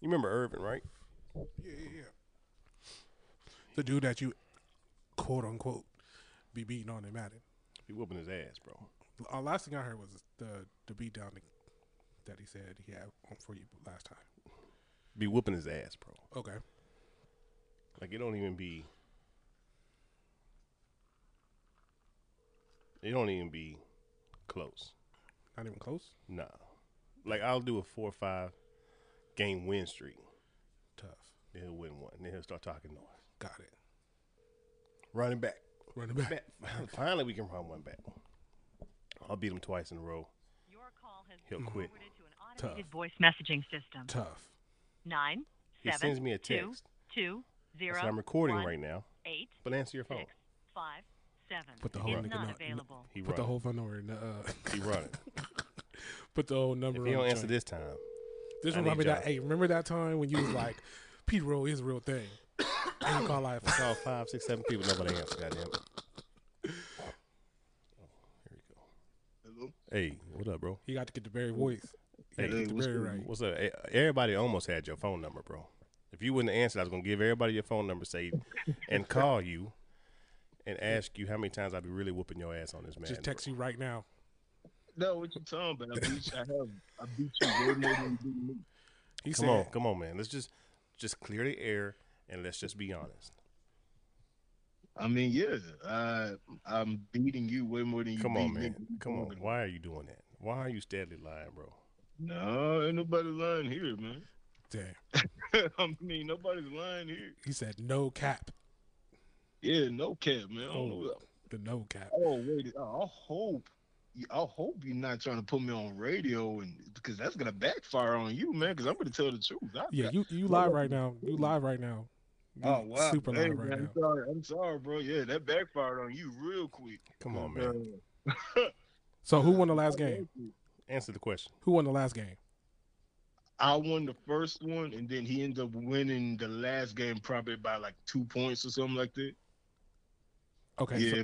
You remember Irvin, right? Yeah, yeah, yeah. The dude that you quote unquote be beating on in Madden. He whooping his ass, bro. Uh, last thing I heard was the the beatdown that he said he had for you last time. Be whooping his ass, bro. Okay. Like it don't even be. It don't even be close. Not even close. Nah. Like I'll do a four or five game win streak. Tough. Then he'll win one. Then he'll start talking noise. Got it. Running back. Running back. Finally, we can run one back. I'll beat him twice in a row. Your call has He'll been quit. forwarded to an automated voice messaging system. Tough. Nine. He seven, sends me a two, text. two, I zero, said, I'm recording one, right Oh. now, Eight, but answer your phone. six, five, seven. Put the whole is nigga not nut- available. He Put the running. whole phone number in the. Uh, He running. put the whole number. if he on don't the answer joint. this time, this I need remember that. y'all. Hey, remember that time when you was like, Pete Rowe is a real thing. and you call life. call five, six, seven people. Nobody answer. Goddamn. it. Oh, here we go. Hello? Hey, what up, bro? He got to get the very voice. He got to Hey, get the what's very good? right. What's up? Eh, Everybody almost had your phone number, bro. If you wouldn't have answered, I was gonna give everybody your phone number, say, and call you, and ask you how many times I'd be really whooping your ass on this man. Just text you right now. No, what you talking about? I beat you. I have. I beat you way more than you beat me. He Come said, on, come on, man. Let's just just clear the air and let's just be honest. I mean, yeah, I, I'm beating you way more than you Come beat on, me. man. Come on. Talking Why are you doing that? Why are you steadily lying, bro? No, ain't nobody lying here, man. "Damn." I mean, nobody's lying here. He said, "No cap." Yeah, no cap, man. I don't know. The no cap. Oh wait, I hope, I hope you're not trying to put me on radio, and because that's gonna backfire on you, man. Because I'm gonna tell the truth. I, Yeah, you you live right now. You live right now. You Oh wow. Super Hey, live man, right now. I'm sorry. I'm sorry, bro. Yeah, that backfired on you real quick. Come Uh, on, man. So who won the last game? Uh, Answer the question. Who won the last game? I won the first one, and then he ended up winning the last game probably by like two points or something like that. Okay. so- yeah,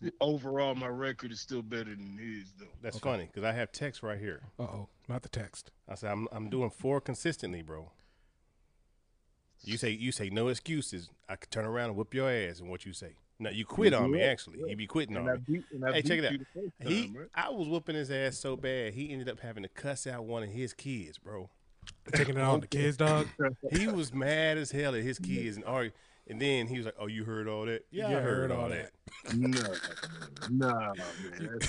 but overall, my record is still better than his, though. That's Okay. funny because I have text right here. Uh-oh, not the text. I said I'm I'm doing four consistently, bro. You say you say no excuses. I could turn around and whoop your ass, and what you say? No, you quit on me. Yeah, Actually, you be quitting And on I me. beat, and I Hey, beat check it you out. the first He, time, right? I was whooping his ass so bad, he ended up having to cuss out one of his kids, bro. Taking it on the kids, dog. He was mad as hell at his kids, and argue. And then he was like, "Oh, you heard all that? Yeah, I heard, all that. No, nah, man. That's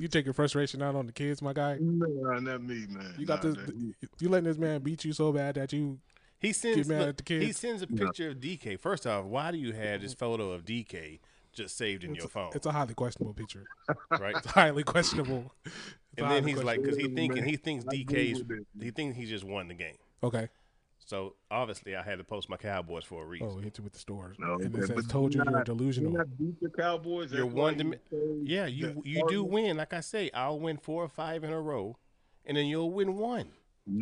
you take your frustration out on the kids, my guy. nah, not me, man. You got Nah, this. that- You letting this man beat you so bad that you He sends mad look, at the he kids? sends a picture of DK. First off, why do you have this photo of DK just saved in your phone, it's a highly questionable picture. right? It's highly questionable. It's a And then highly he's like, because he Yeah, thinking man. he thinks I agree DK's with that. he thinks he just won the game. questionable. okay. So obviously, I had to post my Cowboys for a reason. Oh, hit you with the stores. No, and it but- says, but "Told you you're you're not- delusional." When I beat the Cowboys, You're that's why one you dim- say yeah, you the you do hardest- win. Like I say, I'll win four or five in a row, and then you'll win one.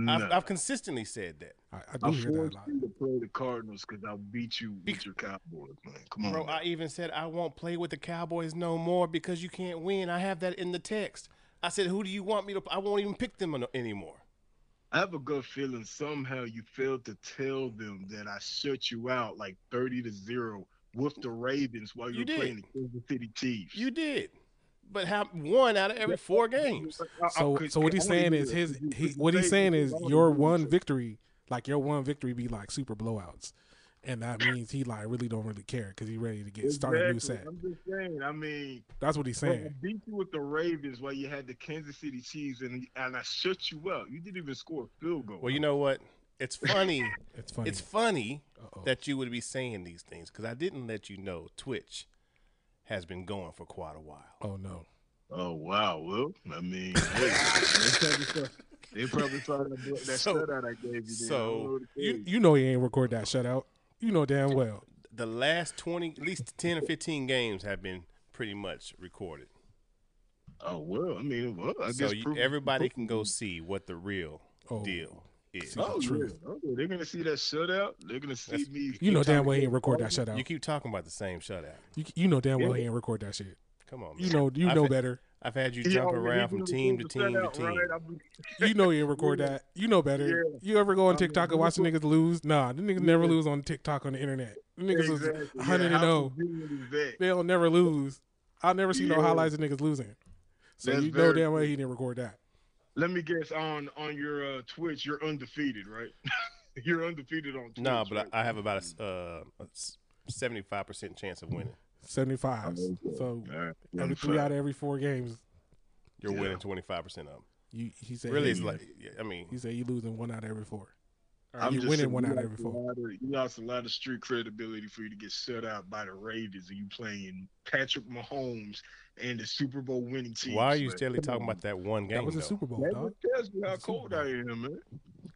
I've, Nah. I've consistently said that, I, I do I hear that a forced lot. you to play the Cardinals because I beat you with your Cowboys, man. Mm. Come on, bro. man. I even said I won't play with the Cowboys no more because you can't win. I have that in the text. I said, who do you want me to? I won't even pick them ano- anymore. I have a good feeling somehow you failed to tell them that I shut you out like thirty to zero with the Ravens while You you, were did. playing the Kansas City Chiefs. You did, but how one out of every four games. I- I- So, could- so what could he's only saying do is it his. 'cause you- He, what he's they- saying they is already your do one it. victory, like your one victory, be like super blowouts, and that means he like really don't really care because he ready to get started a new Exactly. set. I'm just saying. I mean, That's what he's bro, I saying. beat you with the Ravens while you had the Kansas City Chiefs, and and I shut you out. You didn't even score a field goal. Well, you know what? It's funny. It's funny. It's funny Uh-oh. Oh. that you would be saying these things because I didn't let you know Twitch has been going for quite a while. oh no. Oh wow, well, I mean, hey, they probably saw, they probably saw that, blo- that So- shutout I gave you. Then. so, You you know he ain't record that shutout. You know damn well. The last twenty, at least ten or fifteen games have been pretty much recorded, oh well, I mean, well, I so guess you- proof- everybody proof- can go see what the real Oh. deal is. See- Oh yeah, Truth. oh, yeah, they're gonna see that shutout. They're gonna see That's- me. You know damn talking- well he ain't record that shutout. You You, keep talking about the same shutout. you know damn well he ain't record that shit. Come on, man. You know you I've know had- better. I've had you Yeah, jump man, around you from do team to things set team to out, team. right? I'm- You know you record that. You know better. Yeah. You ever go on I TikTok mean, and watch the we- niggas lose? Nah, the niggas never Yeah. lose on TikTok on the internet. The niggas Exactly. was 100 and how oh. 0. convenient is that? They'll never lose. I'll never see no Yeah. highlights of niggas losing. So That's you know very damn well he didn't record that. Let me guess on on your uh, Twitch, you're undefeated, right? you're undefeated on Twitch. No, nah, but right? I, I have about a s- uh, a seventy-five percent chance of winning. 75. Oh, Okay. So All right, every three out of every four games, You're Yeah. winning twenty-five percent of them. you he said Really, he, it's like yeah, I mean, he said you losing one out of every four. Or I'm you just winning saying, one you out of lost every a four. lot of- You lost a lot of street credibility for you to get shut out by the Ravens, and you playing Patrick Mahomes and the Super Bowl winning team. why are you steadily talking about that one game? That was a though? Super Bowl, That dog. just tells you how It's a Super cold Bowl. I am, man.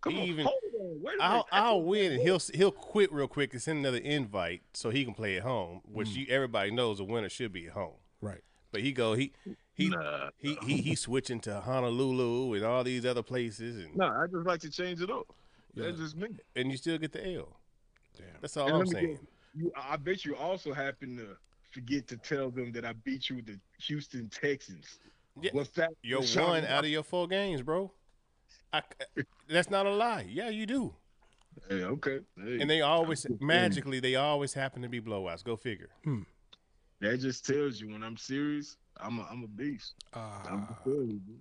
Come He on, even- hold on, wait a I'll minute. I'll win and he'll s- he'll quit real quick and send another invite so he can play at home, which you everybody knows a winner should be at home. Right. But he go he he Nah. he, he he switching to Honolulu and all these other places and No, I just like to change it up. Yeah. That's just me. and you still get the L. Damn. That's all And I'm let me saying. get- You, I I bet you also happen to forget to tell them that I beat you with the Houston Texans. Yeah. What's that? You're What's one up? out of your four games, bro. I, that's not a lie. Yeah, you do. Hey, okay. Hey, And they always just saying. magically they always happen to be blowouts. Go figure. that just tells you when I'm serious, I'm a, I'm a beast. I'm Uh, Ah. just telling you, bro.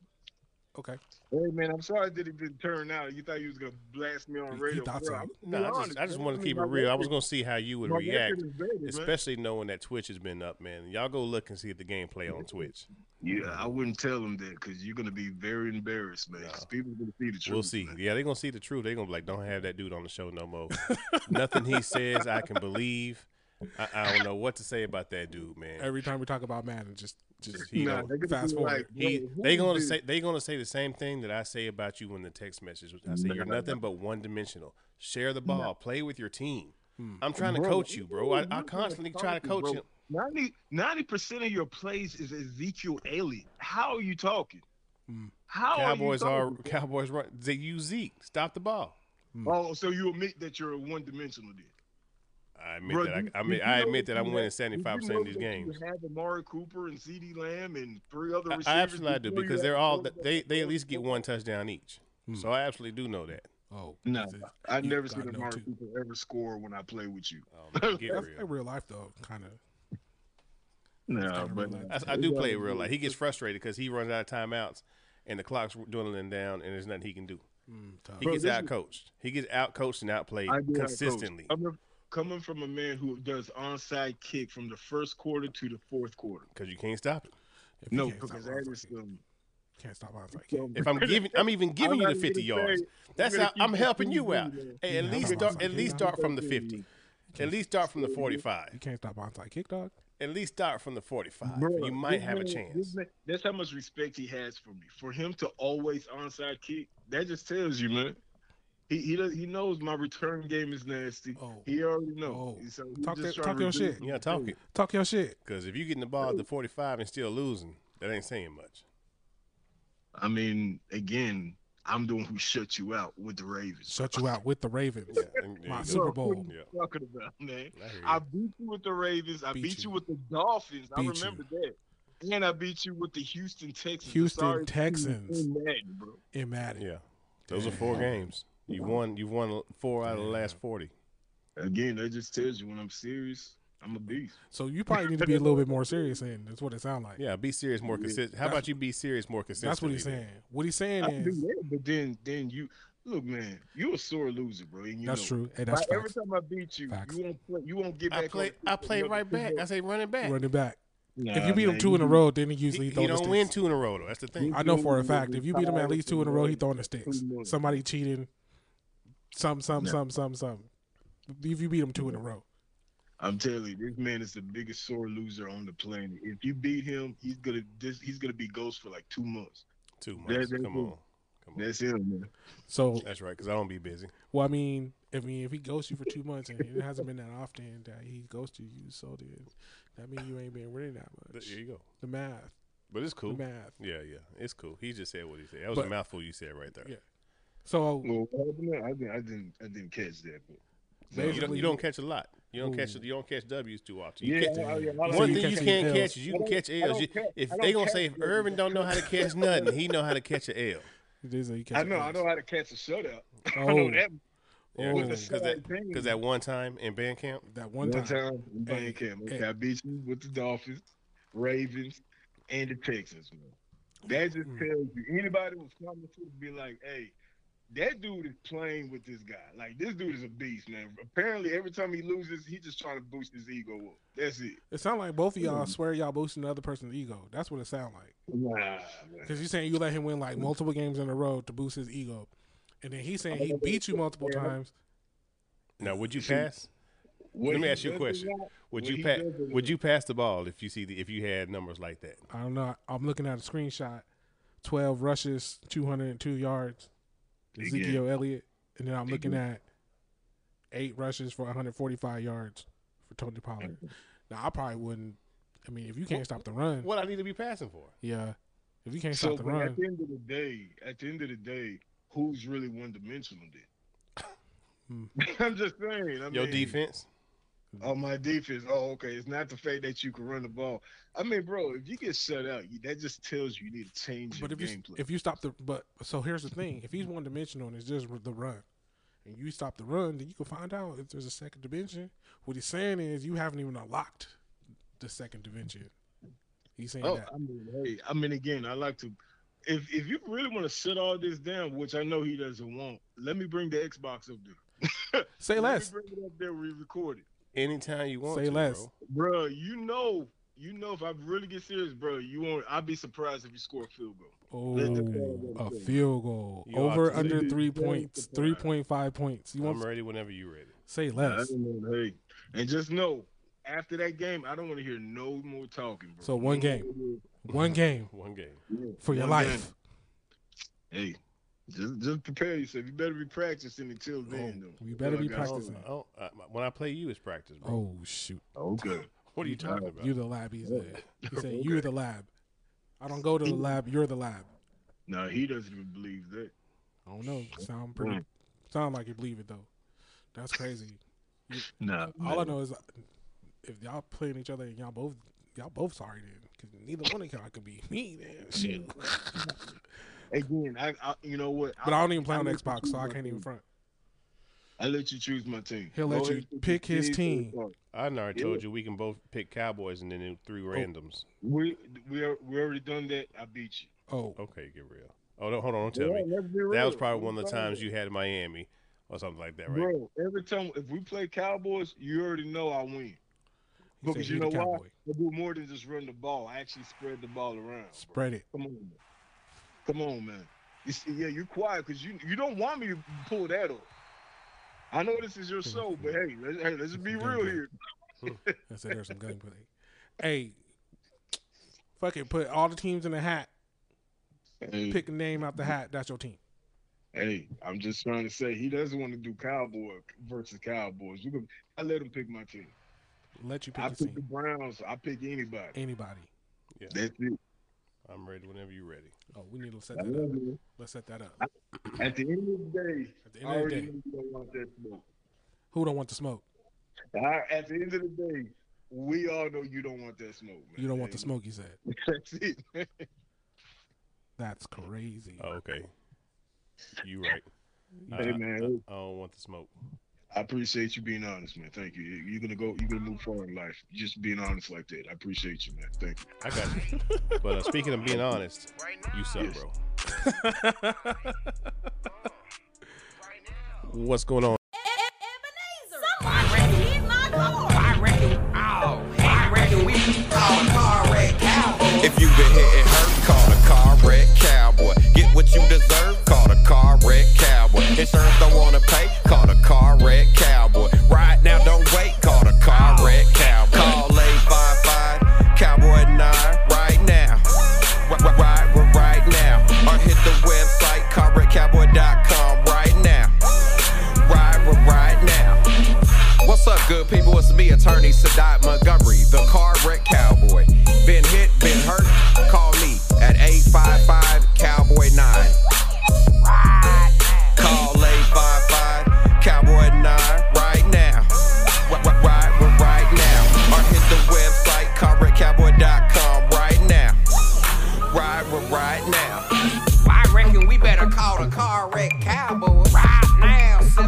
okay. Hey man, I'm sorry it didn't even turn out. You thought you was gonna blast me on He- he radio. thought Bro, so. I'm No, being I honest, just I just man. want to mean, keep it my real. I was record- gonna see how you would my react. record is better, man. especially knowing that Twitch has been up, man. Y'all go look and see the gameplay on Twitch. Yeah, I wouldn't tell them that because you're gonna be very embarrassed, man. No. 'cause people are gonna see the truth. We'll see. man. Yeah, they're gonna see the truth. They're gonna be like, "Don't have that dude on the show no more." Nothing he says I can believe. I, I don't know what to say about that dude, man. Every time we talk about Madden, just just He you Nah, know, fast be forward. like, He, "Yo, who they is gonna this?" say they gonna say the same thing that I say about you in the text message. I say you're nothing but one dimensional. Share the ball, play with your team. I'm trying to Hmm. Bro, coach you, bro. I, you're I not gonna constantly try to you, coach bro. him. 90 percent of your plays is Ezekiel Elliott. How are you talking? Mm. How Hmm. Cowboys are, are Hmm. you talking? Cowboys run. They use Zeke. Stop the ball. Oh, so you admit that you're one dimensional then? I admit Bro, that you- I, I, mean, you I know admit that that I'm you winning have- seventy five You percent know of these that games. You have Amari Cooper and Ceedee Lamb and three other I, receivers. I absolutely I do before you because have they're all quarterback they they at before least get you- one touchdown each. Hmm. So I absolutely do know that. Oh, No, is it- I've you never got seen no Amari two. Cooper ever score when I play with you. Um, they get That's in real. real life though, kind of. No, kinda but real life. I, I do play it real life. He gets frustrated because he runs out of timeouts and the clock's dwindling down and there's nothing he can do. Mm, tough. He Bro, gets this out is- coached. He gets out coached and outplayed I do have coach. consistently. Coming- Coming from a man who does onside kick from the first quarter to the fourth quarter. Because you can't stop it. If you No, can't stop because that onside is kick. um, can't stop onside kick. If I'm giving, I'm even giving you not the even 50 gonna say- yards. I'm That's gonna how I'm keep helping it you out. PG, man. Hey, at Yeah, least I'm start. outside At kick. least I'm start from the outside 50. kick. At least start from the You 45. can't stop onside kick, dog. At least start from the 45. Bruh, You might this have a man- chance. this man- that's how much respect he has for me. For him to always onside kick, that just tells you, man. He he, does, he knows my return game is nasty. Oh. He already knows. Oh. So he Talk just that- trying talk your reduce shit. the Yeah, talk thing. it. Talk your shit. Because if you getting the ball at the 45 and still losing, that ain't saying much. I mean, again, I'm the one who shut you out with the Ravens. Shut you out with the Ravens. And there My you go. Super Bro, Bowl. what are you Yeah. Talking about man, I hear you. I beat you with the Ravens. I Beat beat, you. you. with the Dolphins. I Beat remember that. And I beat you with the Houston Texans. Houston Sorry to see you Texans. in Madden, bro. in Madden. Yeah, those are four Damn. games. You won. You've won four out of the last forty. Again, that just tells you when I'm serious, I'm a beast. So you probably need to be a little bit more serious, and that's what it sounds like. Yeah, be serious more consistent. How about you be serious more consistent? that's what he's saying. What he's saying I can do is that, but then, then you look, man, you a sore loser, bro. And you that's know it. true. Hey, By that's every facts. time I beat you, Facts. you won't play, you won't get back. I on play. the I field play another right back. football. I say running back. Running back. if Nah, you beat him man, two in a you- row, then he usually He, throw he the don't sticks. win two in a row though. That's the thing. I know for a fact if you beat him at least two in a row, he throwing the sticks. Two more. Somebody cheating. Some, some, Yeah. some, some, some. If you beat him two in a row, I'm telling you, this man is the biggest sore loser on the planet. If you beat him, he's gonna this, he's gonna be ghost for like two months. Two months. that's Come it. on. Come on. That's him, man. so That's right. Because I don't be busy. well, I mean, I mean, if he ghosts you for two months and it hasn't been that often that he ghosts you, you sold it. That means you ain't been winning that There much. you go. The math, But it's cool. the math. Yeah, yeah. It's cool. He just said what he said. That was a But- mouthful you said right there. Yeah. So Well, what happened there? I didn't, I didn't, I didn't catch that. But No, you, don't, Basically- you don't catch a lot. You don't catch Ooh. you don't catch W's too often. You Yeah, catch- I- I- I don't one thing you you catch can't L's. catch is you I can don't- catch I don't L's. You- catch- if I they don't gonna catch say if L's. Irvin don't know how to catch nothing, he know how to catch an L. It is that you catch I know, I L's. know how to catch a shutout. I Oh, know that Yeah, Oh. because that, that one time in band camp, that one one time. time. in Hey, band camp. Okay, hey. I beat you with the Dolphins, Ravens, and the Texans, man. That just Mm. tells you anybody was coming to it be like, hey, that dude is playing with this guy. Like this dude is a beast, man. Apparently, every time he loses, he just trying to boost his ego up. That's it. It sounds like both of y'all Mm. swear y'all boosting the other person's ego. That's what it sounds like. Nah, man. Because you're saying you let him win Mm. like multiple games in a row to boost his ego, and then he's saying he beat you multiple Yeah. times. now would you Shoot. pass? What Let me he ask you a doesn't question. want- Would what you he pass? doesn't Would you pass the ball if you see the, if you had numbers like that? I don't know. I'm looking at a screenshot. Twelve rushes, two hundred and two yards. Big Ezekiel Elliott, and then I'm looking at eight rushes for 145 yards for Tony Pollard. Now I probably wouldn't. I mean, if you can't stop the run, What I need to be passing for? yeah. If you can't So, stop the but run, at the end of the day, at the end of the day, who's really one dimensional Hmm. then? I'm just saying. I Your mean, defense. Oh, my defense. Oh, okay. It's not the fact that you can run the ball. I mean, bro, if you get shut out, you, that just tells you you need to change your But if you gameplay. if you stop the but so here's the thing: if he's one dimensional and it's just the run, and you stop the run, then you can find out if there's a second dimension. What he's saying is you haven't even unlocked the second dimension. He's saying oh, that. I mean, hey, I mean, again, I like to. If if you really want to sit all this down, which I know he doesn't want, let me bring the Xbox up there. Say let less. Me bring it up there. We record it, Anytime you want Say to, less. bro. bro. You know, you know. If I really get serious, bro, you won't. I'd be surprised if you score a field goal. Oh, Let the ball go a through. field goal You over ought to under see. three Yeah, points, it's a three prime. point five points. You I'm want ready whenever you're ready. say I less. don't wanna- hey, and just know after that game, I don't want to hear no more talking, bro. So one No more- One game One game. Yeah, for your one life. game. Hey, just just prepare yourself. You better be practicing until then, Oh, though. we better Oh, be God. I don't, Practicing. I don't- I- uh, when I play you, it's practice, bro. Oh shoot! Okay. What are you talking about? You the lab? He's Yeah. there. He said you're the lab. I don't go to the He- lab. You're the lab. No, he doesn't even believe that. I don't know. Sound pretty. Sound like you believe it though. That's crazy. No. All I know is uh, if y'all playing each other and y'all both y'all both sorry then, because neither one of y'all could be me then. Shit. Again, I, I you know what? But I I, don't even play on I'm Xbox, so I can't even front. I let you choose my team. He'll let Go you ahead and pick his choose team. yours. I already Yeah. told you we can both pick Cowboys and then do three randoms. We we are, we already done that. I beat you. Oh, Okay, get real. Oh, no, hold on, don't tell me. That was probably one of the times you had Miami or something like that, right? Bro, every time if we play Cowboys, you already know I win. he said Because you you the know why? cowboy. I do more than just run the ball. I actually spread the ball around. bro. Spread it. Come on, man. come on, man. You see, yeah, you're quiet because you you don't want me to pull that off. I know this is your show, but hey, let's, hey, let's be real here. I said there's some gunplay. Hey, fucking put all the teams in a hat. Hey, Pick a name out the hat. That's your team. hey, I'm just trying to say he doesn't want to do Cowboy versus Cowboys. You can, I let him pick my team. Let you pick I your pick the team. Browns. I pick anybody. Anybody. Yeah. That's it. I'm ready whenever you're ready. Oh, we need to set I that up. love you. Let's set that up. At the end of the day, At the I end of the already day, know you don't want that smoke. who don't want the smoke? I, at the end of the day, we all know you don't want that smoke. Man. You don't want the smoke. You said That's it. man. that's crazy. Oh, okay. You right. I, Hey, I- man. I don't want the smoke. I appreciate you being honest, man. Thank you. You- You're gonna go. You're gonna move forward in life. Just being honest like that. I appreciate you, man. Thank you. I got you. But uh, speaking of being honest, you suck, bro. What's going on? Somebody hit my car. I reckon, oh, I reckon we all car wreck cowboys. If you been hitting her, call a car wreck cowboy. Get what you deserve, call a car wreck cowboy. Insurance don't wanna pay, call a car wreck cowboy. Right now, don't wait, call a car wreck cowboy. Call 855 Cowboy 9 right now. Right, right, right, right now. Or hit the website carwreckcowboy.com right now. Right, right, right now. What's up, good people? It's me, attorney Sadat Montgomery, the car wreck cowboy. Been hit, been hurt? Call me at 855 Cowboy 9. Call 855 Cowboy 9 right now.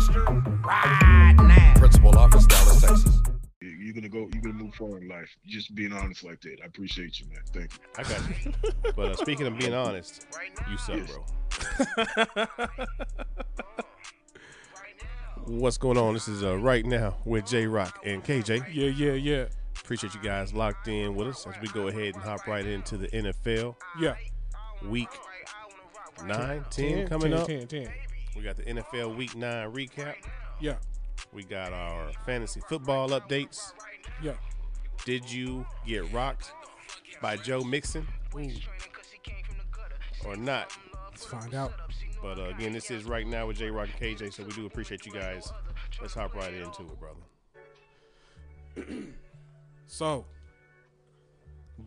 right now. Principal office, Dallas, Texas. You- You're gonna go. You're gonna move forward in life. Just being honest like that. I appreciate you, man. Thank you. I got you. But uh, speaking of being honest, you suck, bro. What's going on? This is uh, right now with J Rock and KJ. Yeah, yeah, yeah. Appreciate you guys locked in with us as we go ahead and hop right into the NFL Yeah. Week 9, 10 coming 10, up. 10, 10. We got the NFL Week 9 recap. Yeah, We got our fantasy football updates. yeah. Did you get rocked by Joe Mixon Ooh, or not? let's find out. But uh, again, this is right now with J Rock and KJ, so we do appreciate you guys. Let's hop right into it, brother. So,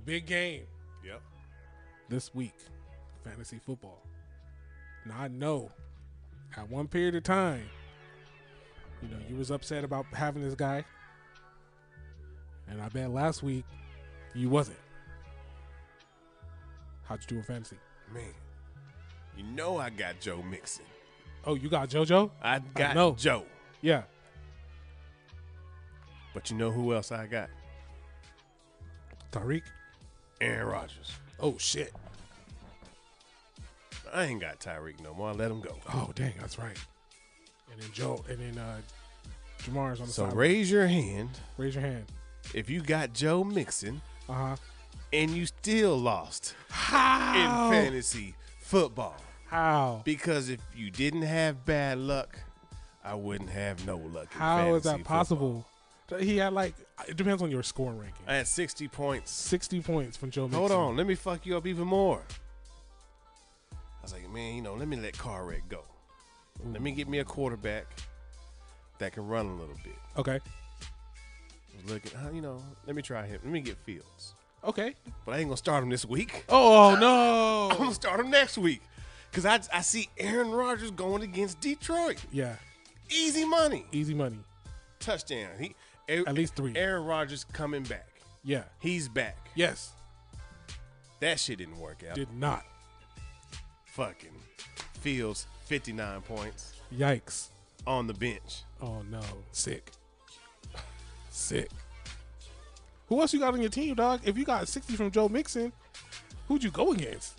big game Yep. this week, fantasy football. Now I know, at one period of time, you know you was upset about having this guy, and I bet last week you wasn't. How'd you do in fantasy? Man, you know I got Joe Mixon. Oh, you got JoJo? I got know. Joe. Yeah. But you know who else I got? Tariq? Aaron Rodgers. Oh shit. I ain't got Tyreek no more. I let him go. Oh dang, that's right. And then Joe and then uh Jamar's on the So side. raise your hand Raise your hand. if you got Joe Mixon Uh huh. and you still lost How? in fantasy football. How? Because if you didn't have bad luck, I wouldn't have no luck. In How is fantasy that possible? He had like it depends on your score ranking. football. I had 60 points. Sixty points from Joe. Mixon. Hold on, let me fuck you up even more. I was like, man, you know, let me let Carrett go. Let me get me a quarterback that can run a little bit. Okay. I was looking, huh, you know, let me try him. Let me get Fields. Okay. But I ain't gonna start him this week. Oh I'm no. gonna start him next week. Cause I, I see Aaron Rodgers going against Detroit. yeah. Easy money. Easy money. Touchdown. He e- At least three. Aaron Rodgers coming back. Yeah. He's back. Yes. That shit didn't work out. Did not. Fucking Fields, 59 points Yikes. on the bench. Oh no. Sick. Sick. Who else you got on your team, dog? If you got sixty from Joe Mixon, who'd you go against?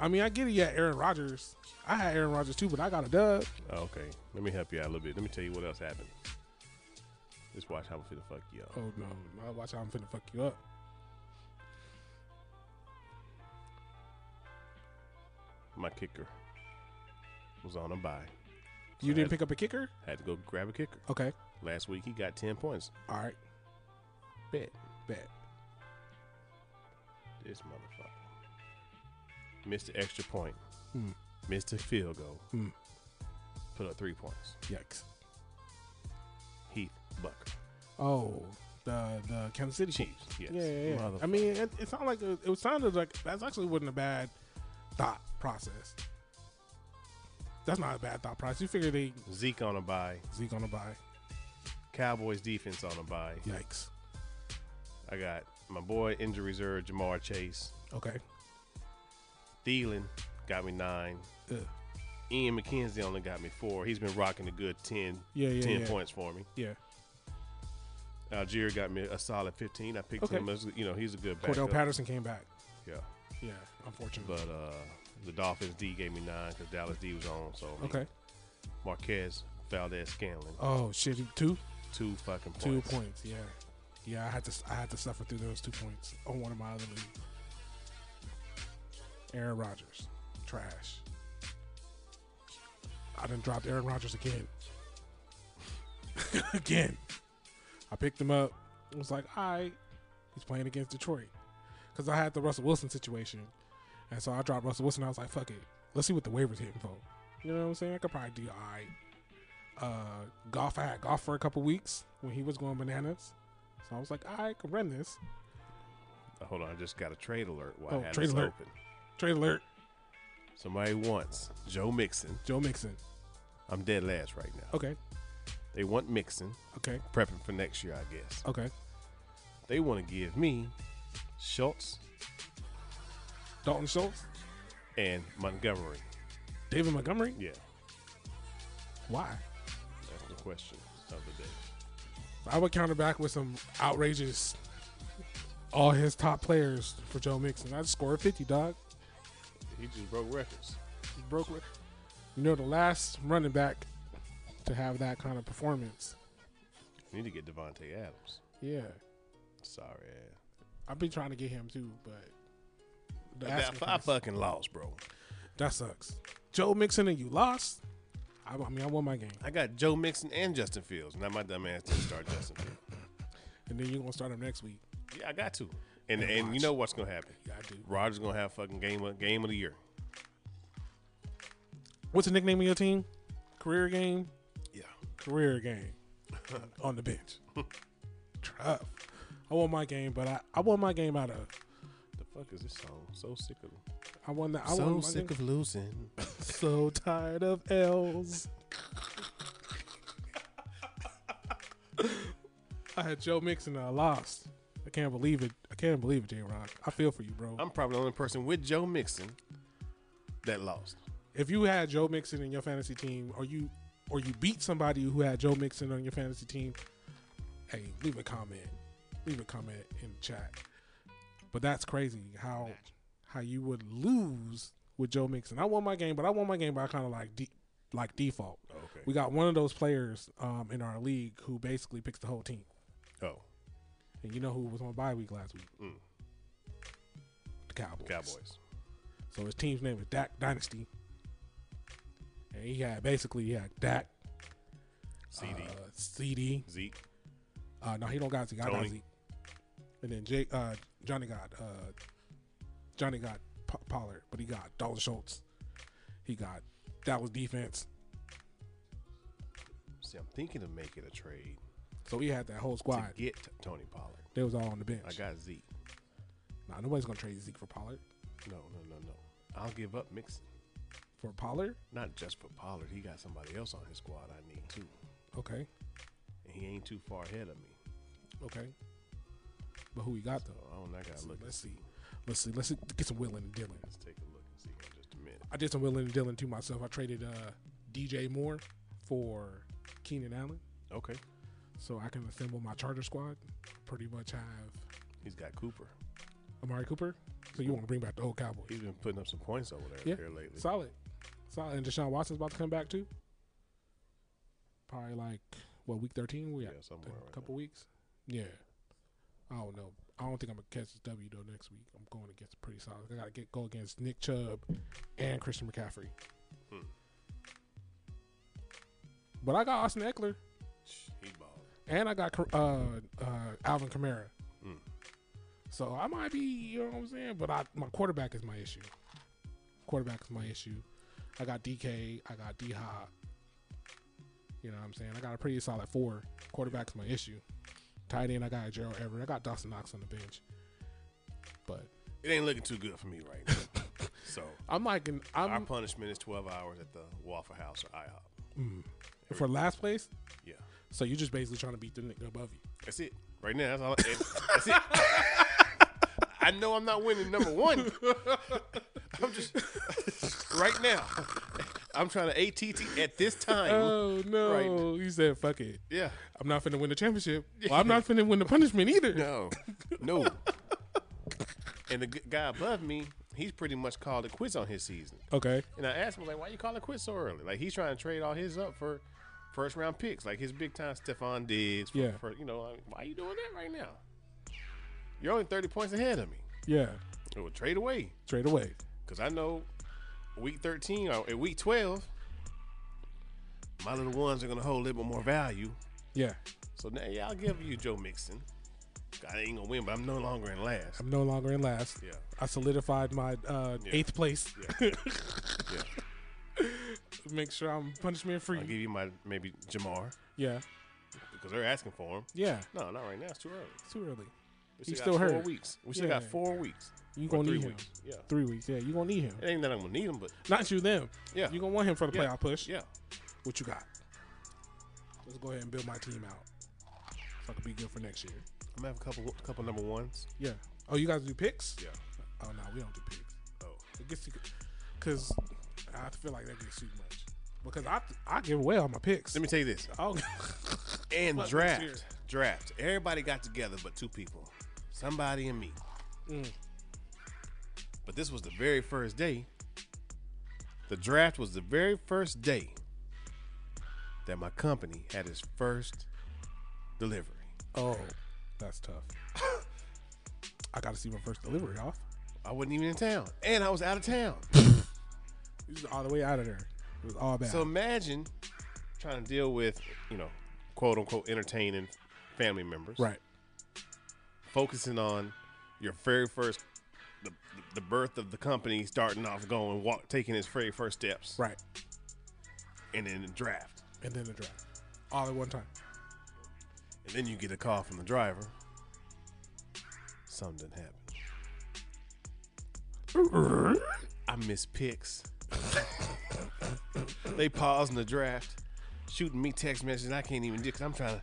I mean, I get it. Yeah, Aaron Rodgers. I had Aaron Rodgers too, but I got a dub. Oh, Okay, let me help you out a little bit. Let me tell you what else happened. Just watch how I'm finna fuck you up. Oh no! Now watch how I'm finna fuck you up. My kicker was on a bye. You So didn't I- pick up a kicker? Had to go grab a kicker. Okay. Last week he got 10 points. All right. Bet. Bet. This motherfucker. Missed the extra point. Hmm. Missed the field goal. Hmm. Put up three points. Yikes. Heath Bucker. Oh, the the Kansas City Chiefs. Yes. Yeah, yeah. yeah. I Motherfucker. mean, it, it sounded like a, it sounded like that's actually wasn't a bad thought process. That's not a bad thought process. You figure they Zeke on a bye. Zeke on a bye. Cowboys defense on a bye. Yikes. I got my boy injury reserve, Jamar Chase. Okay. Thielen got me nine. Ugh. Ian McKenzie only got me four. He's been rocking a good 10, Yeah, yeah, 10 yeah. points for me. Yeah. Algier got me a solid 15. I picked Okay. him as, you know, he's a good Cordell backup. Patterson came back. Yeah. Yeah. Unfortunately. But uh, the Dolphins D gave me nine because Dallas D was on. So, I mean, okay. Marquez Valdez Scanlon. Oh shit! Two. two fucking points. Two points, yeah, yeah. I had to I had to suffer through those two points on one of my other leagues. Aaron Rodgers, trash. I done dropped Aaron Rodgers again, again. I picked him up. I was like, all right, he's playing against Detroit because I had the Russell Wilson situation, and so I dropped Russell Wilson. I was like, fuck it, let's see what the waivers hitting for. You know what I'm saying? I could probably do all right uh, golf. I had golf for a couple weeks when he was going bananas. So I was like, "All right, I can run this. Uh, Hold on, I just got a trade alert. While Oh, I had trade this alert. open. Trade alert, Somebody wants Joe Mixon. Joe Mixon. I'm dead last right now. Okay, They want Mixon, okay, prepping for next year, I guess. okay. They want to give me Schultz Dalton Schultz, and Montgomery. David Montgomery. Yeah. Why? That's the question of the day. I would counter back with some outrageous all his top players for Joe Mixon. I scored 50, dog. He just broke records. He broke. re- You know, the last running back to have that kind of performance. You need to get Devonte Adams. Yeah. Sorry. ass. I've been trying to get him too, but the That asking five price- fucking lost, bro. that sucks. Joe Mixon and you lost. I, I mean, I won my game, I got Joe Mixon and Justin Fields. Now my dumb ass didn't start Justin Fields. and then you're gonna start him next week. Yeah, I got to. And and, you watch. know what's gonna happen? Yeah, I do. Rogers gonna have fucking game of, game of the year. What's the nickname of your team? Career game. Yeah. Career game. on the bench. Tough. I won my game, but I, I won my game out of The fuck is this song? So sick of. I won the I so won my sick game. of losing. so tired of L's. I had Joe Mixon and I lost. I can't believe it. I can't believe it, J Rock. I feel for you, bro. I'm probably the only person with Joe Mixon that lost. if you had Joe Mixon in your fantasy team, or you or you beat somebody who had Joe Mixon on your fantasy team, hey, leave a comment. Leave a comment in the chat. But that's crazy how how you would lose with Joe Mixon. I won my game, but I won my game by kind of like de- like default. Okay. We got one of those players um, in our league who basically picks the whole team. Oh, And you know who was on bye week last week? Mm. The Cowboys. Cowboys. So his team's name is Dak Dynasty. And he had basically he had Dak, CD. uh, CD. Zeke. Uh, no, he don't got Zeke. I got Tony. Zeke. And then Jay, uh, Johnny got uh, Johnny got P- Pollard, but he got Dalton Schultz. He got that was defense. See, I'm thinking of making a trade So he had that whole squad. to get Tony Pollard. they was all on the bench. I got Zeke. nah, nobody's gonna trade Zeke for Pollard. No, no, no, no. I'll give up Mixon. For Pollard, Not just for Pollard. He got somebody else on his squad I need too. okay, And he ain't too far ahead of me. okay. But who he got So though? I don't I gotta look and Let's see. see. Let's see. Let's see. get some Will and Dylan. Let's take a look and see in just a minute. I did some willing and dealing to myself. I traded uh, DJ Moore for Keenan Allen, Okay. so I can assemble my charter squad. Pretty much have He's got Cooper. Amari Cooper. So you want to bring back the old Cowboys? He's been putting up some points over there Yeah, here lately. solid, solid. And Deshaun Watson's about to come back too. Probably like what week thirteen? We yeah, at? somewhere a around couple weeks. Yeah, I don't know. I don't think I'm gonna catch this W though next week. I'm going against pretty solid. I gotta get go against Nick Chubb and Christian McCaffrey. Hmm. But I got Austin Eckler there. He balled. and I got uh, uh, Alvin Kamara. Hmm. So I might be, you know what I'm saying. But I, my quarterback is my issue. Quarterback is Mm. my issue. I got DK. I got D Hop. You know what I'm saying. I got a pretty solid four. Quarterback's my issue. Tight end, I got Gerald Everett. I got Dawson Knox on the bench. But It ain't looking too good for me right now. so I'm like, an, our I'm punishment is twelve hours at the Waffle House or IHOP. for last place. Yeah. So you're just basically trying to beat the nigga above you. That's it. Right now, that's all. That's it. I know I'm not winning number one. I'm just right now. I'm trying to att at this time. Oh no! no. You said fuck it. yeah. I'm not finna win the championship. Well, I'm not finna win the punishment either. No. No. and the g- guy above me, he's pretty much called it quits on his season. Okay. And I asked him like, why you call it quits so early? Like he's trying to trade all his up for first round picks, like his big time Stephon Diggs. For, Yeah. For, you know, like, why you doing that right now? You're only thirty points ahead of me. Yeah. Well, trade away. Straight away. Because I know week 13 or at week 12, my little ones are going to hold a little bit more value. Yeah. So now, yeah, I'll give you Joe Mixon. I ain't going to win, but I'm no longer in last. I'm no longer in last. Yeah. I solidified my uh, Yeah. eighth place. Yeah. Make sure I'm punishment I'll free. give you my maybe Jamar Yeah. because they're asking for him. Yeah. No, not right now. It's too early. It's too early. We He's got still four hurt. weeks. We still got Yeah. four weeks. You Or gonna three need him. weeks. Yeah. Three weeks. Yeah. You gonna need him. It ain't that I'm going to need him, but Not you, them. Yeah. You gonna want him for the yeah. playoff push. Yeah. What you got? Let's go ahead and build my team out so I can be good for next year. I'm going to have a couple, couple number ones. Yeah. Oh, you guys do picks? Yeah. Oh no, we don't do picks. Oh. It gets too, cause I feel like that gets too much. because I I give away all my Oh. picks. Let me tell you this. I'll- And Fuck, let's draft, hear draft. Everybody got together, but two people, somebody and me. Mm. But this was the very first day. The draft was the very first day that my company had its first delivery. oh, that's tough. I got to see my first delivery off. I wasn't even in town, and I was out of town. It was all the way out of there. It was all bad. So imagine trying to deal with, you know, quote unquote entertaining family members. right. Focusing on your very first the, the birth of the company starting off going walk taking its very first steps Right. and then the draft. And then the draft. All at one time. And then you get a call from the driver. Something didn't happen. I miss picks. they pausing the draft, shooting me text messages I can't even do because I'm trying to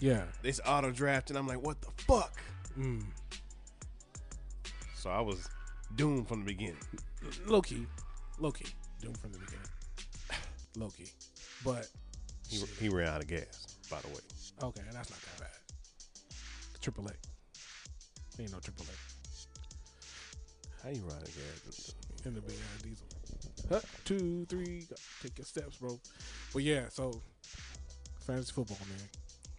Yeah. this auto draft, and I'm like, what the fuck? Mm. So I was doomed from the beginning. Loki. Loki. Doomed from the beginning. Loki. But He, he ran out of gas, by the way. okay, that's not that bad. Triple A. Ain't no triple A. How you run out of gas? in the big ass diesel. Huh, two, three, go- take your steps, bro. But yeah, so fantasy football, man.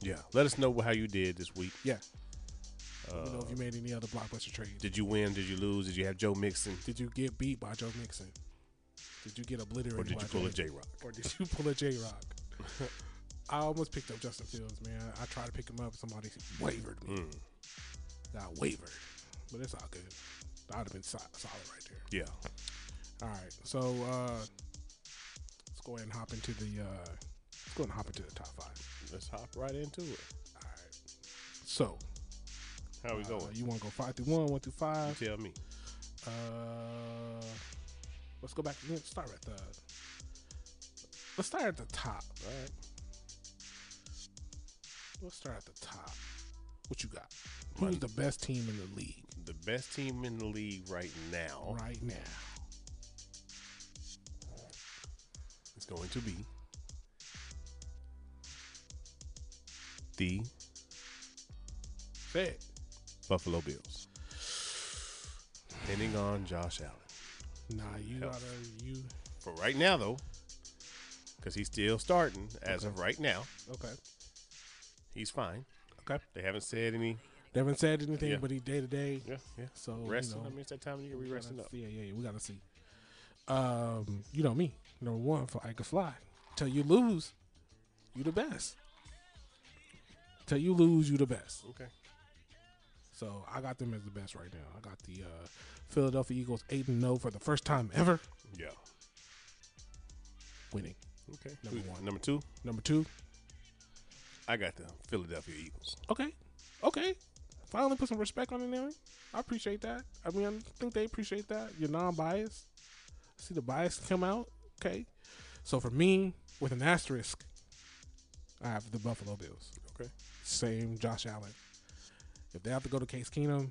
Yeah. Let us know how you did this week. Yeah. Let me know if you made any other blockbuster trades. Did, Uh, Did you win? Did you lose? Did you have Joe Mixon? you get beat by Joe Mixon? Did you get obliterated? Or did by you pull a Joe- J Rock? Or did you pull a J Rock? I almost picked up Justin Fields, man. I tried to pick him up. Somebody wavered me. Hmm. Got wavered, but it's all good. I'd have been so- solid right there. Yeah. All right, so uh, let's go ahead and hop into the uh, let's go ahead and hop into the top five. Let's hop right into it. All right, so How we uh, going? you want to go five through one, one through five? Tell me. Uh, let's go back. Let's start at the let's start at the top. All right, let's start at the top. What you got? Hmm. Who's the best team in the league The best team in the league right now right now? is going to be the Say it. Buffalo Bills. Ending on Josh Allen. Nah, you Hell. gotta you For right now, though, because he's still starting as of right now, okay. he's fine. Okay. They haven't said any. They haven't said anything, Yeah. but he day to day. Yeah, yeah. So, you resting. know, I mean, it's that time you can be gotta resting up. see- Yeah, yeah, yeah. We gotta see. Um, you know me, number one for I could fly. Till you lose, you the best. Till you lose, you the best. Okay. So I got them as the best right now. I got the uh, Philadelphia Eagles eight and zero for the first time ever, Yeah. winning. Okay. Number Who- one. Number two, Number two, I got the Philadelphia Eagles. okay, okay. Finally put some respect on the name. I appreciate that. I mean, I think they appreciate that. You're non-biased. See the bias come out. Okay. So for me, with an asterisk, I have the Buffalo Bills. Okay. Same Josh Allen. If they have to go to Case Keenum,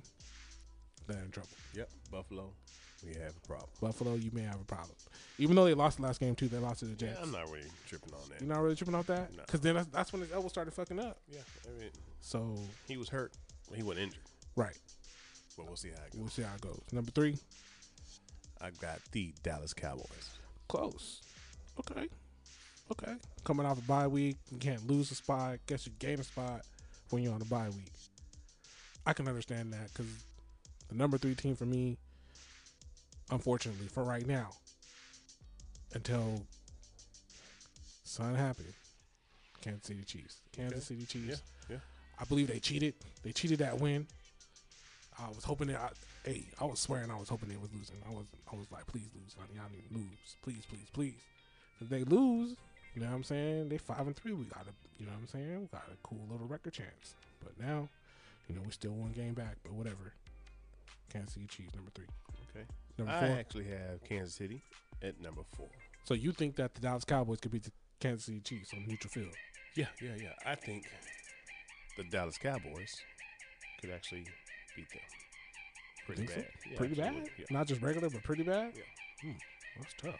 they're in trouble. Yep. Buffalo, we have a problem. Buffalo, you may have a problem. Even though they lost the last game too, they lost to the Jets. Yeah, I'm not really tripping on that. You're not really tripping off that, No. because then that's, that's when his elbow started fucking up. Yeah. I mean, So he was hurt. He wasn't injured, right, but we'll see how it goes. we'll see how it goes. Number three, I got the Dallas Cowboys. Close. Okay. Okay. Coming off a bye week, you can't lose a spot. Guess you gain a spot when you're on a bye week. I can understand that because the number three team for me, unfortunately, for right now, until something happened, Kansas City Chiefs. Kansas City Chiefs. Yeah. I believe they cheated. They cheated that win. I was hoping that. I, hey, I was swearing I was hoping they was losing. I was I was like, please lose. Like, y'all need to lose. Please, please, please. If they lose, you know what I'm saying? They five and three. We got a you know what I'm saying? We got a cool little record chance. But now, you know, we still one game back. But whatever. Kansas City Chiefs number three. Okay. Number I four. actually have Kansas City at number four. So you think that the Dallas Cowboys could beat the Kansas City Chiefs on neutral field? Yeah, yeah, yeah. I think the Dallas Cowboys could actually beat them. Pretty Think so? bad. Yeah, pretty bad. actually would. Yeah. Not just regular, but pretty bad. Yeah. Hmm, that's tough.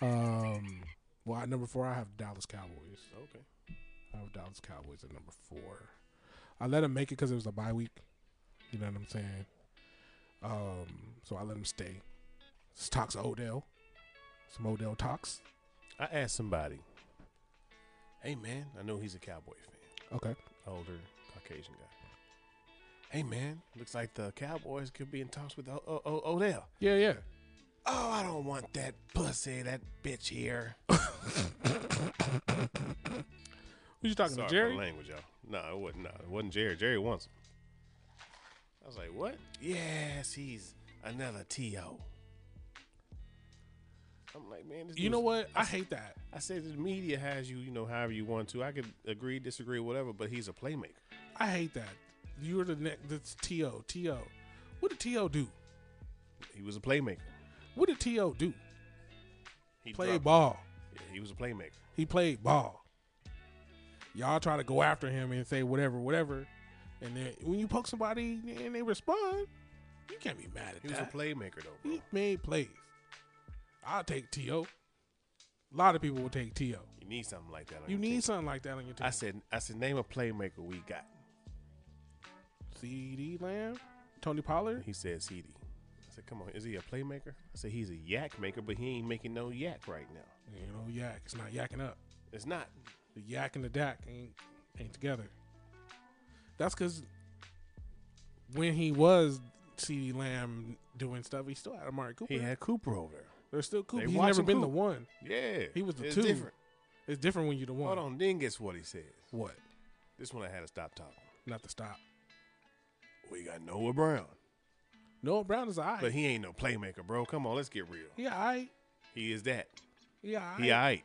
Hmm, Um, Well, at number four, I have Dallas Cowboys. Okay. I have Dallas Cowboys at number four. I let them make it because it was a bye week. You know what I'm saying? Um, so I let them stay. This talks Odell. Some Odell talks. I asked somebody, hey man, I know he's a Cowboy fan, Okay. older Caucasian guy. Hey man, looks like the Cowboys could be in talks with o- o- O- Odell. Yeah, yeah. Oh, I don't want that pussy, that bitch here. Who you talking Sorry for the to, Jerry? language, y'all. No, it wasn't. No, it wasn't Jerry. Jerry wants him. I was like, what? Yes, he's another T.O. I'm like, man, this You know dude's- what? I hate that. I said the media has you, you know, however you want to. I could agree, disagree, whatever, but he's a playmaker. I hate that. You were the next. That's To To. What did To do? He was a playmaker. What did To do? He Play dropped- ball. Yeah, he was a playmaker. He played ball. Y'all try to go after him and say whatever, whatever, and then when you poke somebody and they respond, you can't be mad He at was that. a playmaker, though, bro. he made plays. I'll take To. A lot of people will take To. You need something like that. On You your team. need something like that on your team. I said, I said, name a playmaker we got. CD Lamb, Tony Pollard. He said CD. I said, come on, is he a playmaker? I said, he's a yak maker, but he ain't making no yak right now. You know, yak. It's not yakking up. It's not. The yak and the dak ain't ain't together. That's because when he was CD Lamb doing stuff, he still had Amari Cooper. He had Cooper over there. There's still Cooper. They He's watch never him been the cook. one. Yeah. He was the it's two. Different. It's different when you're the one. Hold on, then guess what he said. What? This one I had to stop talking. Not the stop. We got Noah Brown. Noah Brown is alright. But he ain't no playmaker, bro. Come on, let's get real. he alright. He is that. He alright. He aight.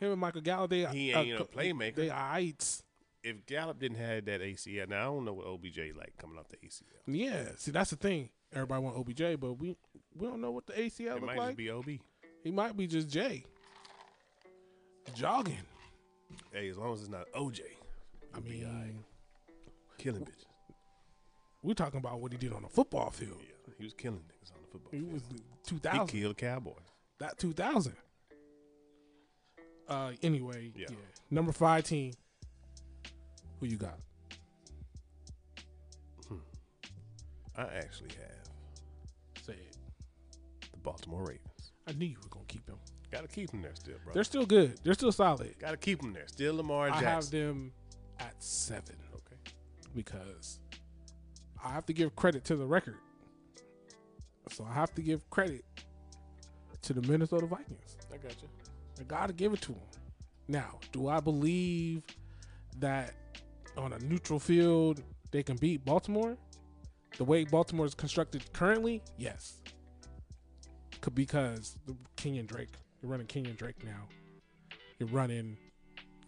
Him and Michael Gallup, they He ain't no playmaker. They alright. If Gallup didn't have that ACL, now I don't know what OBJ like coming off the ACL. Yeah. See, that's the thing. Everybody want OBJ, but we we don't know what the ACL It look might like. just be OB. he might be just Jay. Jogging. Hey, as long as it's not OJ, I mean. killing bitches. We're talking about what he did on the football field. Yeah, he was killing niggas on the football. He field. was he 2000. killed Cowboys. That 2000. Uh, anyway, yeah. Yeah. Number five team. Who you got? I actually have Say it. the Baltimore Ravens. I knew you were gonna keep them. Got to keep them there still, bro. They're still good. They're still solid. Got to keep them there. Still Lamar I Jackson. have them at seven Okay. because I have to give credit to the record. So I have to give credit to the Minnesota Vikings. I got you. I gotta give it to him. Now, do I believe that on a neutral field they can beat Baltimore? The way Baltimore is constructed currently, yes. C- Because the Kenyon Drake, you're running Kenyon Drake now. You're running,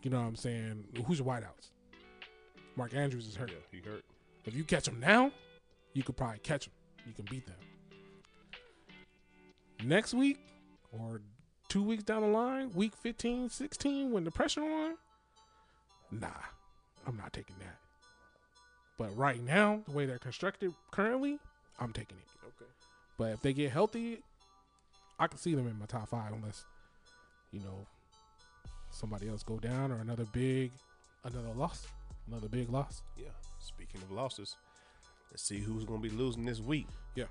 you know what I'm saying? Who's your wideouts? Mark Andrews is hurt. Yeah, he hurt. If you catch them now, you could probably catch them. You can beat them. Next week or two weeks down the line, week 15, 16, when the pressure on, nah, I'm not taking that. But right now, the way they're constructed currently, I'm taking it. Okay. But if they get healthy, I can see them in my top five unless, you know, somebody else go down or another big, another loss, another big loss. Yeah. Speaking of losses, let's see who's going to be losing this week. Yeah.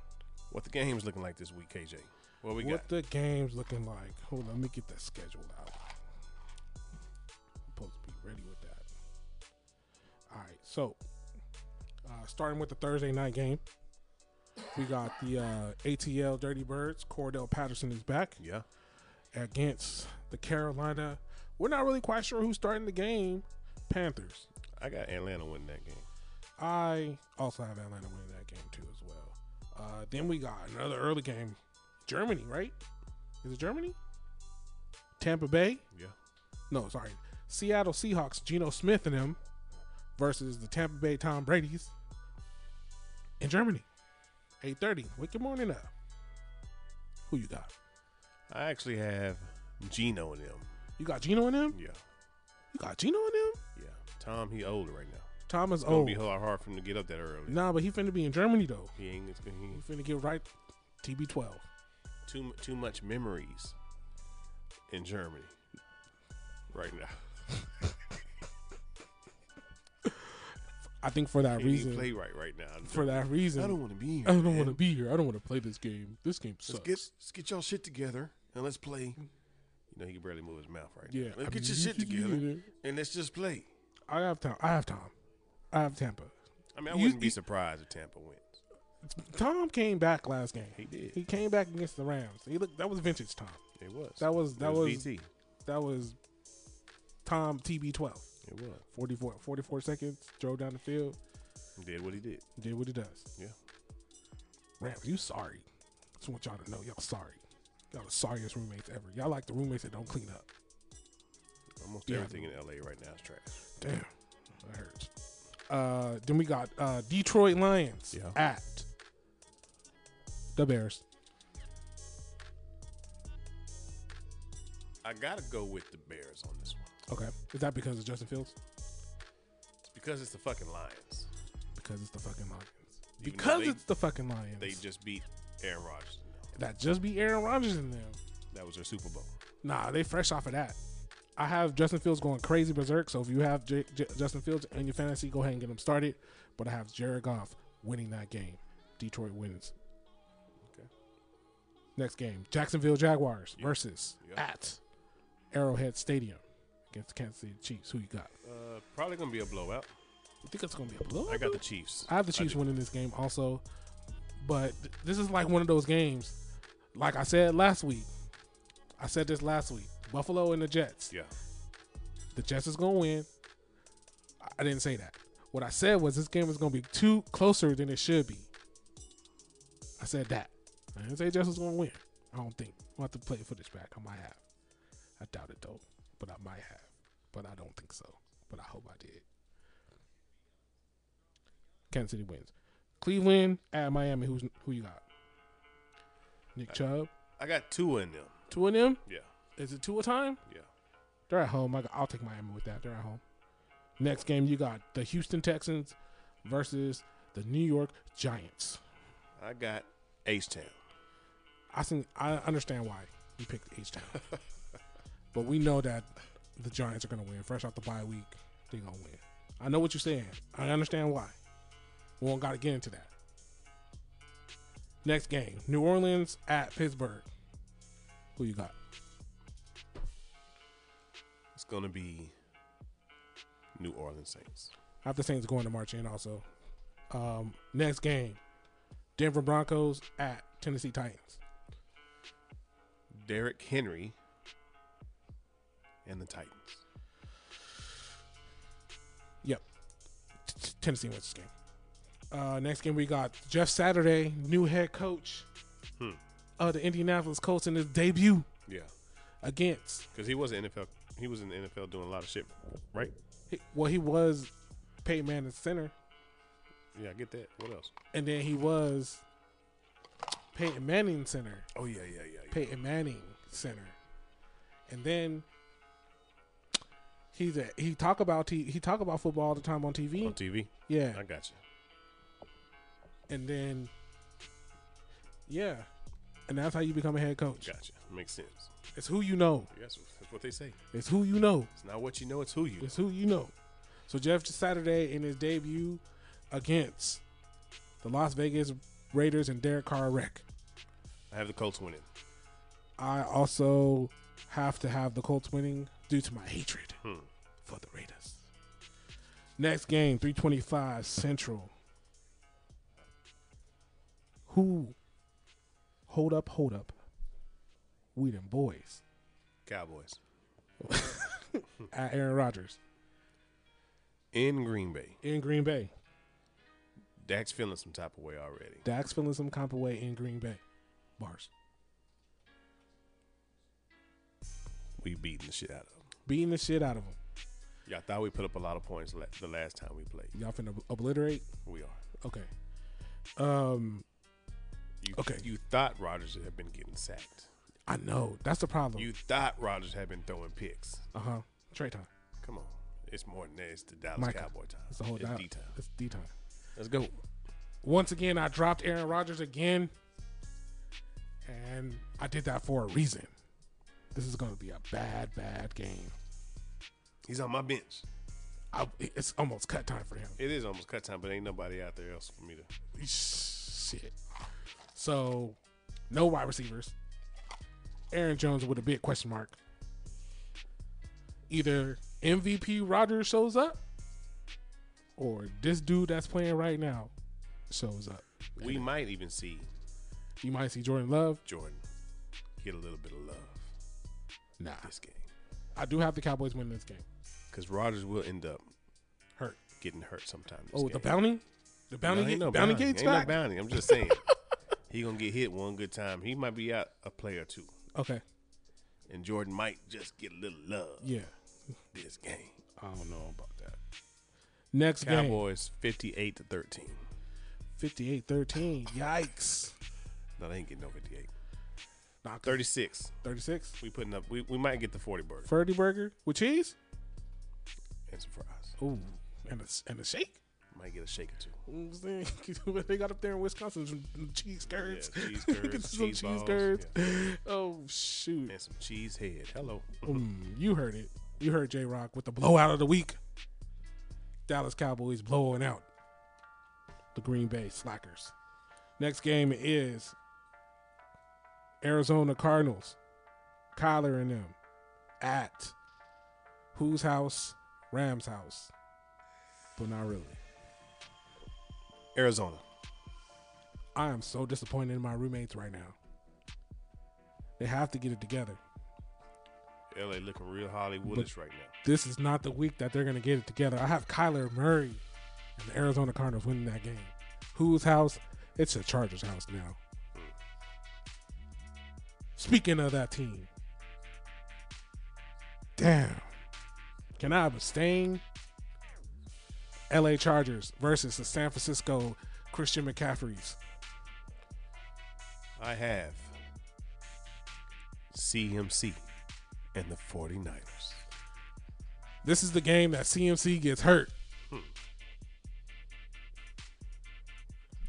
What the game's looking like this week, KJ? What we got? what the game's looking like. Hold on, let me get that schedule out. supposed to be ready with that. All right, so uh, starting with the Thursday night game, we got the uh, ATL Dirty Birds. Cordell Patterson is back Yeah. against the Carolina. We're not really quite sure who's starting the game. Panthers. I got Atlanta winning that game. I also have Atlanta winning that game too as well. Uh, then we got another early game, Germany, right? Is it Germany? Tampa Bay? Yeah. No, sorry, Seattle Seahawks. Geno Smith and them versus the Tampa Bay Tom Brady's in Germany. Eight thirty. Wake your morning up. Who you got? I actually have Gino and them. You got Geno and them. Yeah. You got Geno and them. Yeah. Tom, he old right now. Thomas It's gonna old. be hard, hard for him to get up that early. Nah, but he finna be in Germany though. He ain't. It's, gonna- he He ain't- finna get right. TB twelve. too mu- too much memories in Germany. I think for that Can't even reason, play right right now. for that reason, I don't want to be. Here, I don't man. want to be here. I don't want to play this game. This game Let's sucks. get let's get y'all shit together and let's play. You know he can barely move his mouth right. Yeah, now. let's I get mean, your you shit can do together that. and let's just play. I have time. I have time. I have Tampa. I mean, I You- wouldn't be you- surprised if Tampa wins. Tom came back last game. He did. He came back against the Rams. He looked. That was vintage Tom. It was That was- that it was- BT. That was Tom TB12. It was 44, 44 seconds. Drove down the field. He did what he did. Did what he does. Yeah. Rams, you sorry. Just want y'all to know y'all sorry. Y'all the sorriest roommates ever. Y'all like the roommates that don't clean up. Almost Yeah. everything in LA right now is trash. Damn, that hurts. Uh, then we got uh, Detroit Lions Yeah. at the Bears. I gotta go with the Bears on this one Okay, is that because of Justin Fields? It's because it's the fucking Lions. Because it's the fucking Lions. Even though because they- it's the fucking Lions. They just beat Aaron Rodgers. that just be Aaron Rodgers in them. That was their Super Bowl. Nah, they fresh off of that. I have Justin Fields going crazy berserk. So if you have J- J- Justin Fields in your fantasy, go ahead and get him started. But I have Jared Goff winning that game. Detroit wins. Okay. Next game, Jacksonville Jaguars Yeah. versus Yeah. at Arrowhead Stadium against Kansas City Chiefs. Who you got? Uh, probably gonna be a blowout. You think it's gonna be a blow? I got the Chiefs. I have the Chiefs do. winning this game also, but th- this is like one of those games. Like I said last week, I said this last week. Buffalo and the Jets. Yeah. The Jets is gonna win. I- I didn't say that. What I said was this game is gonna be too closer than it should be. I said that. I didn't say Jets was gonna win. I don't think. I'll have to play footage back. I might have. I doubt it though, but I might have. But I don't think so. But I hope I did. Kansas City wins. Cleveland at Miami. Who's who you got? Nick Chubb. I got two in them. Two of them. Yeah. Is it two a time? Yeah. They're at home. I got, I'll take Miami with that. They're at home. Next game, you got the Houston Texans versus the New York Giants. I got H Town. I think I understand why you picked H Town, but we know that the Giants are going to win. Fresh off the bye week, they're going to win. I know what you're saying. I understand why. We won't got to get into that. Next game, New Orleans at Pittsburgh. Who you got? It's gonna be New Orleans Saints. I have the Saints going to march in also. Um, next game, Denver Broncos at Tennessee Titans. Derrick Henry and the Titans. Yep, T- T- Tennessee wins this game. Uh, next game we got Jeff Saturday, new head coach of the Indianapolis Colts in his debut Yeah. against. Because he was an NFL. He was in the NFL doing a lot of shit, right? he- Well, he was Peyton Manning's center, Yeah, I get that. What else? and then he was Peyton Manning center. Oh yeah, yeah, yeah. yeah. Peyton Manning Center, and then he's a, he talk about t- he talk about football all the time on TV. On TV. yeah, I got you. and then yeah, and that's how you become a head coach. Got you. Makes sense. It's who you know. Yes, that's what they say. It's who you know. It's not what you know; it's who you. know. It's who you know. So Jeff Saturday in his debut against the Las Vegas Raiders and Derek Carr wreck. I have the Colts winning. I also have to have the Colts winning due to my hatred Hmm. for the Raiders. Next game, 325 Central. Who? Hold up, hold up. We them boys Cowboys Hmm. at Aaron Rodgers in Green Bay. in Green Bay. Dak's feeling some type of way already. Dax feeling some kind of way in Green Bay. Bars. We beating the shit out of him. Beating the shit out of them. Y'all thought we put up a lot of points la- the last time we played. Y'all finna obliterate? We are. Okay. Um, You, Okay. You thought Rodgers had been getting sacked. I know. That's the problem. You thought Rodgers had been throwing picks. uh huh. Trey time. Come on. It's more than that. It's the Dallas Micah. Cowboy time. It's the whole dial- D time. It's D time. Let's go. Once again, I dropped Aaron Rodgers again, and I did that for a reason. This is going to be a bad, bad game. He's on my bench. I, it's almost cut time for him. It is almost cut time, but ain't nobody out there else for me to. Shit. So, no wide receivers. Aaron Jones with a big question mark. Either MVP Rodgers shows up, or this dude that's playing right now shows up. We might even see You might see Jordan Love. Jordan get a little bit of love Nah, this game I do have the Cowboys winning this game. because Rodgers will end up Hurt. getting hurt sometime. This Oh, game. the bounty. The No, bounty. ain't gate- no bounty bounty. gate's Ain't no back. bounty. I'm just saying he gonna get hit one good time. He might be out a play or two, Okay. and Jordan might just get a little love Yeah. this game. I don't know about that. Next game. Cowboys 58 to 13. 58-13. Yikes. No, they ain't getting no 58. Not good. 36. 36. We putting up. We, we might get the 40 burger Ferdy burger with cheese. and some fries. Ooh, and a, and a shake. Might get a shake or two. You know what I'm saying? they got up there in Wisconsin some cheese curds. Yeah, cheese Get curds, some cheese balls, Oh shoot! and some cheese head. Hello. Mm, you heard it. You heard J Rock with the blowout of the week. Dallas Cowboys blowing out the Green Bay Slackers. Next game is Arizona Cardinals. Kyler and them at whose house? Rams house. But not really. Arizona. I am so disappointed in my roommates right now. They have to get it together. LA looking real Hollywoodish right now. This is not the week that they're going to get it together. I have Kyler Murray and the Arizona Cardinals winning that game. Whose house? It's the Chargers' house now. Speaking of that team, damn. Can I abstain? LA Chargers versus the San Francisco Christian McCaffreys. I have CMC and the 49ers. This is the game that CMC gets hurt. Hmm.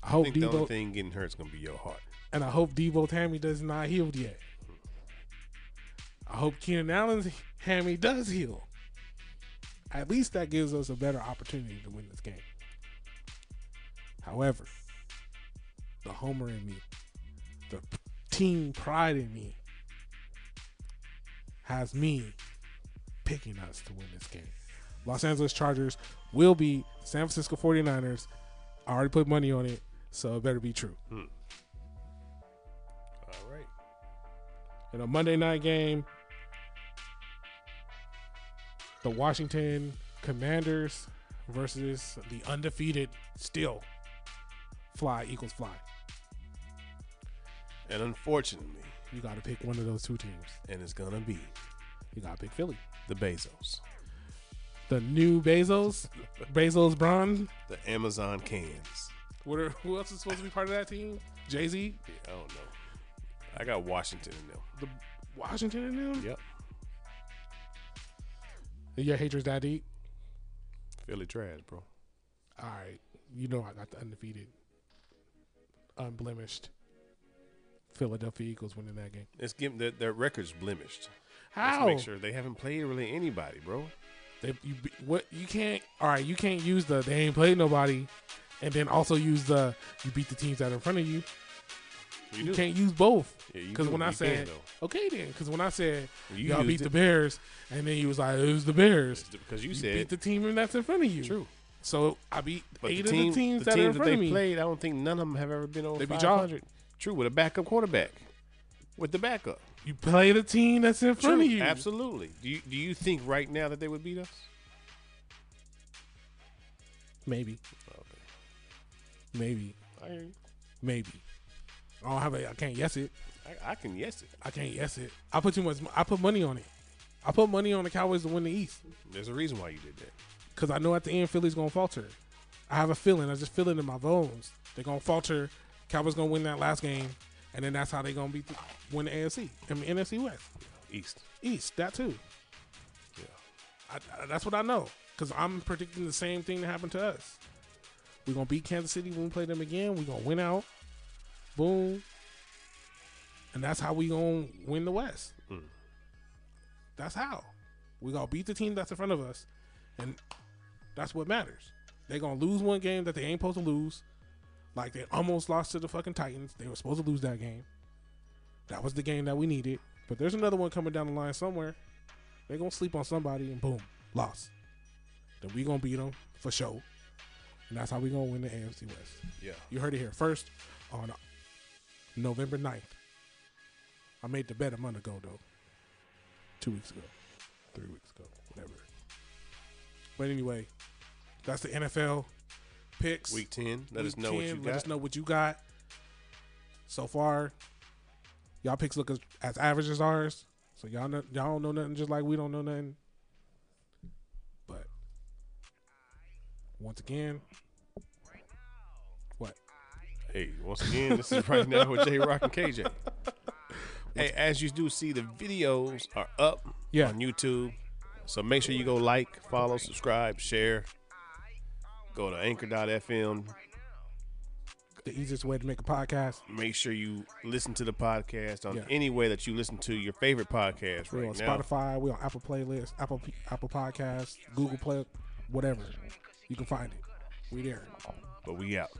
I I hope think the only Debo thing getting hurt is going to be your heart. and I hope Debo Tammy does not healed yet. I hope Keenan Allen's hammy does heal. At least that gives us a better opportunity to win this game. However, the homer in me, the p- team pride in me, has me picking us to win this game. Los Angeles Chargers will be San Francisco 49ers. I already put money on it, so it better be true. All right. in a Monday night game. The Washington Commanders versus the undefeated still fly equals fly. And unfortunately, You got to pick one of those two teams. and it's going to be You got to pick Philly. the Bezos, The new Bezos, Bezos Braun. the Amazon cans. What are, who else is supposed to be part of that team? Jay Z, Yeah, I don't know. I got Washington in them. the Washington and them. Yep. Your hatred's that deep. Philly trash, bro. All right, you know I got the undefeated, unblemished Philadelphia Eagles winning that game. It's give their, their record's blemished. How? Let's make sure they haven't played really anybody, bro. They, you, be- what you can't. All right, you can't use the they ain't played nobody, and then also use the you beat the teams that are in front of you. You, do. can't use both. Yeah, you Because do. when I You can, said though. okay, then because when I said You y'all used beat it. the Bears, and then you was like it was the Bears. Because you, You said beat the team that's in front of you. True. So I beat But eight the team, of the teams the that are in teams that front they of me. played, I don't think none of them have ever been over They beat y'all. 500. True, with a backup quarterback, with the backup. You play the team that's in front True, of you. Absolutely. Do you, do you think right now that they would beat us? Maybe. Maybe. I, hear you. Maybe. I don't have a. I can't yes it. I, I can yes it. I can't yes it. I put too much. I put money on it. I put money on the Cowboys to win the East There's a reason why you did that. because I know at the end Philly's gonna falter. I have a feeling. I just feel it in my bones. They're gonna falter. Cowboys gonna win that last game, and then that's how they gonna beat the, win the AFC. I mean NFC West, East. East. That too. Yeah. I, I- that's what I know because I'm predicting the same thing to happen to us. We're gonna beat Kansas City when we play them again. We're gonna win out, boom, and that's how we gonna win the West. That's how we gonna beat the team that's in front of us, and That's what matters. They're gonna lose one game that they ain't supposed to lose. Like they almost lost to the fucking Titans. They were supposed to lose that game. That was the game that we needed. But there's another one coming down the line somewhere. They're gonna sleep on somebody and boom, lost. Then we gonna beat them for sure. And that's how we gonna win the AFC West. Yeah. You heard it here first on November 9th. I made the bet a month ago, though. Two weeks ago. Three weeks ago. Whatever. But anyway, that's the NFL picks. Week 10. Let us Week know what 10. you Let got. us know what you got. So far, y'all picks look as, as average as ours. So y'all know, y'all don't know nothing just like we don't know nothing. But once again, what? Hey, once again, this is right now with J Rock and KJ. Hey, as you do see, the videos are up Yeah. on YouTube. So make sure you go like, follow, subscribe, share. Go to anchor.fm. The easiest way to make a podcast. Make sure you listen to the podcast on Yeah. any way that you listen to your favorite podcast We're right on now. Spotify. We're on Apple Playlists, Apple P- Apple Podcasts, Google Play, whatever. You can find it. We there. But we out.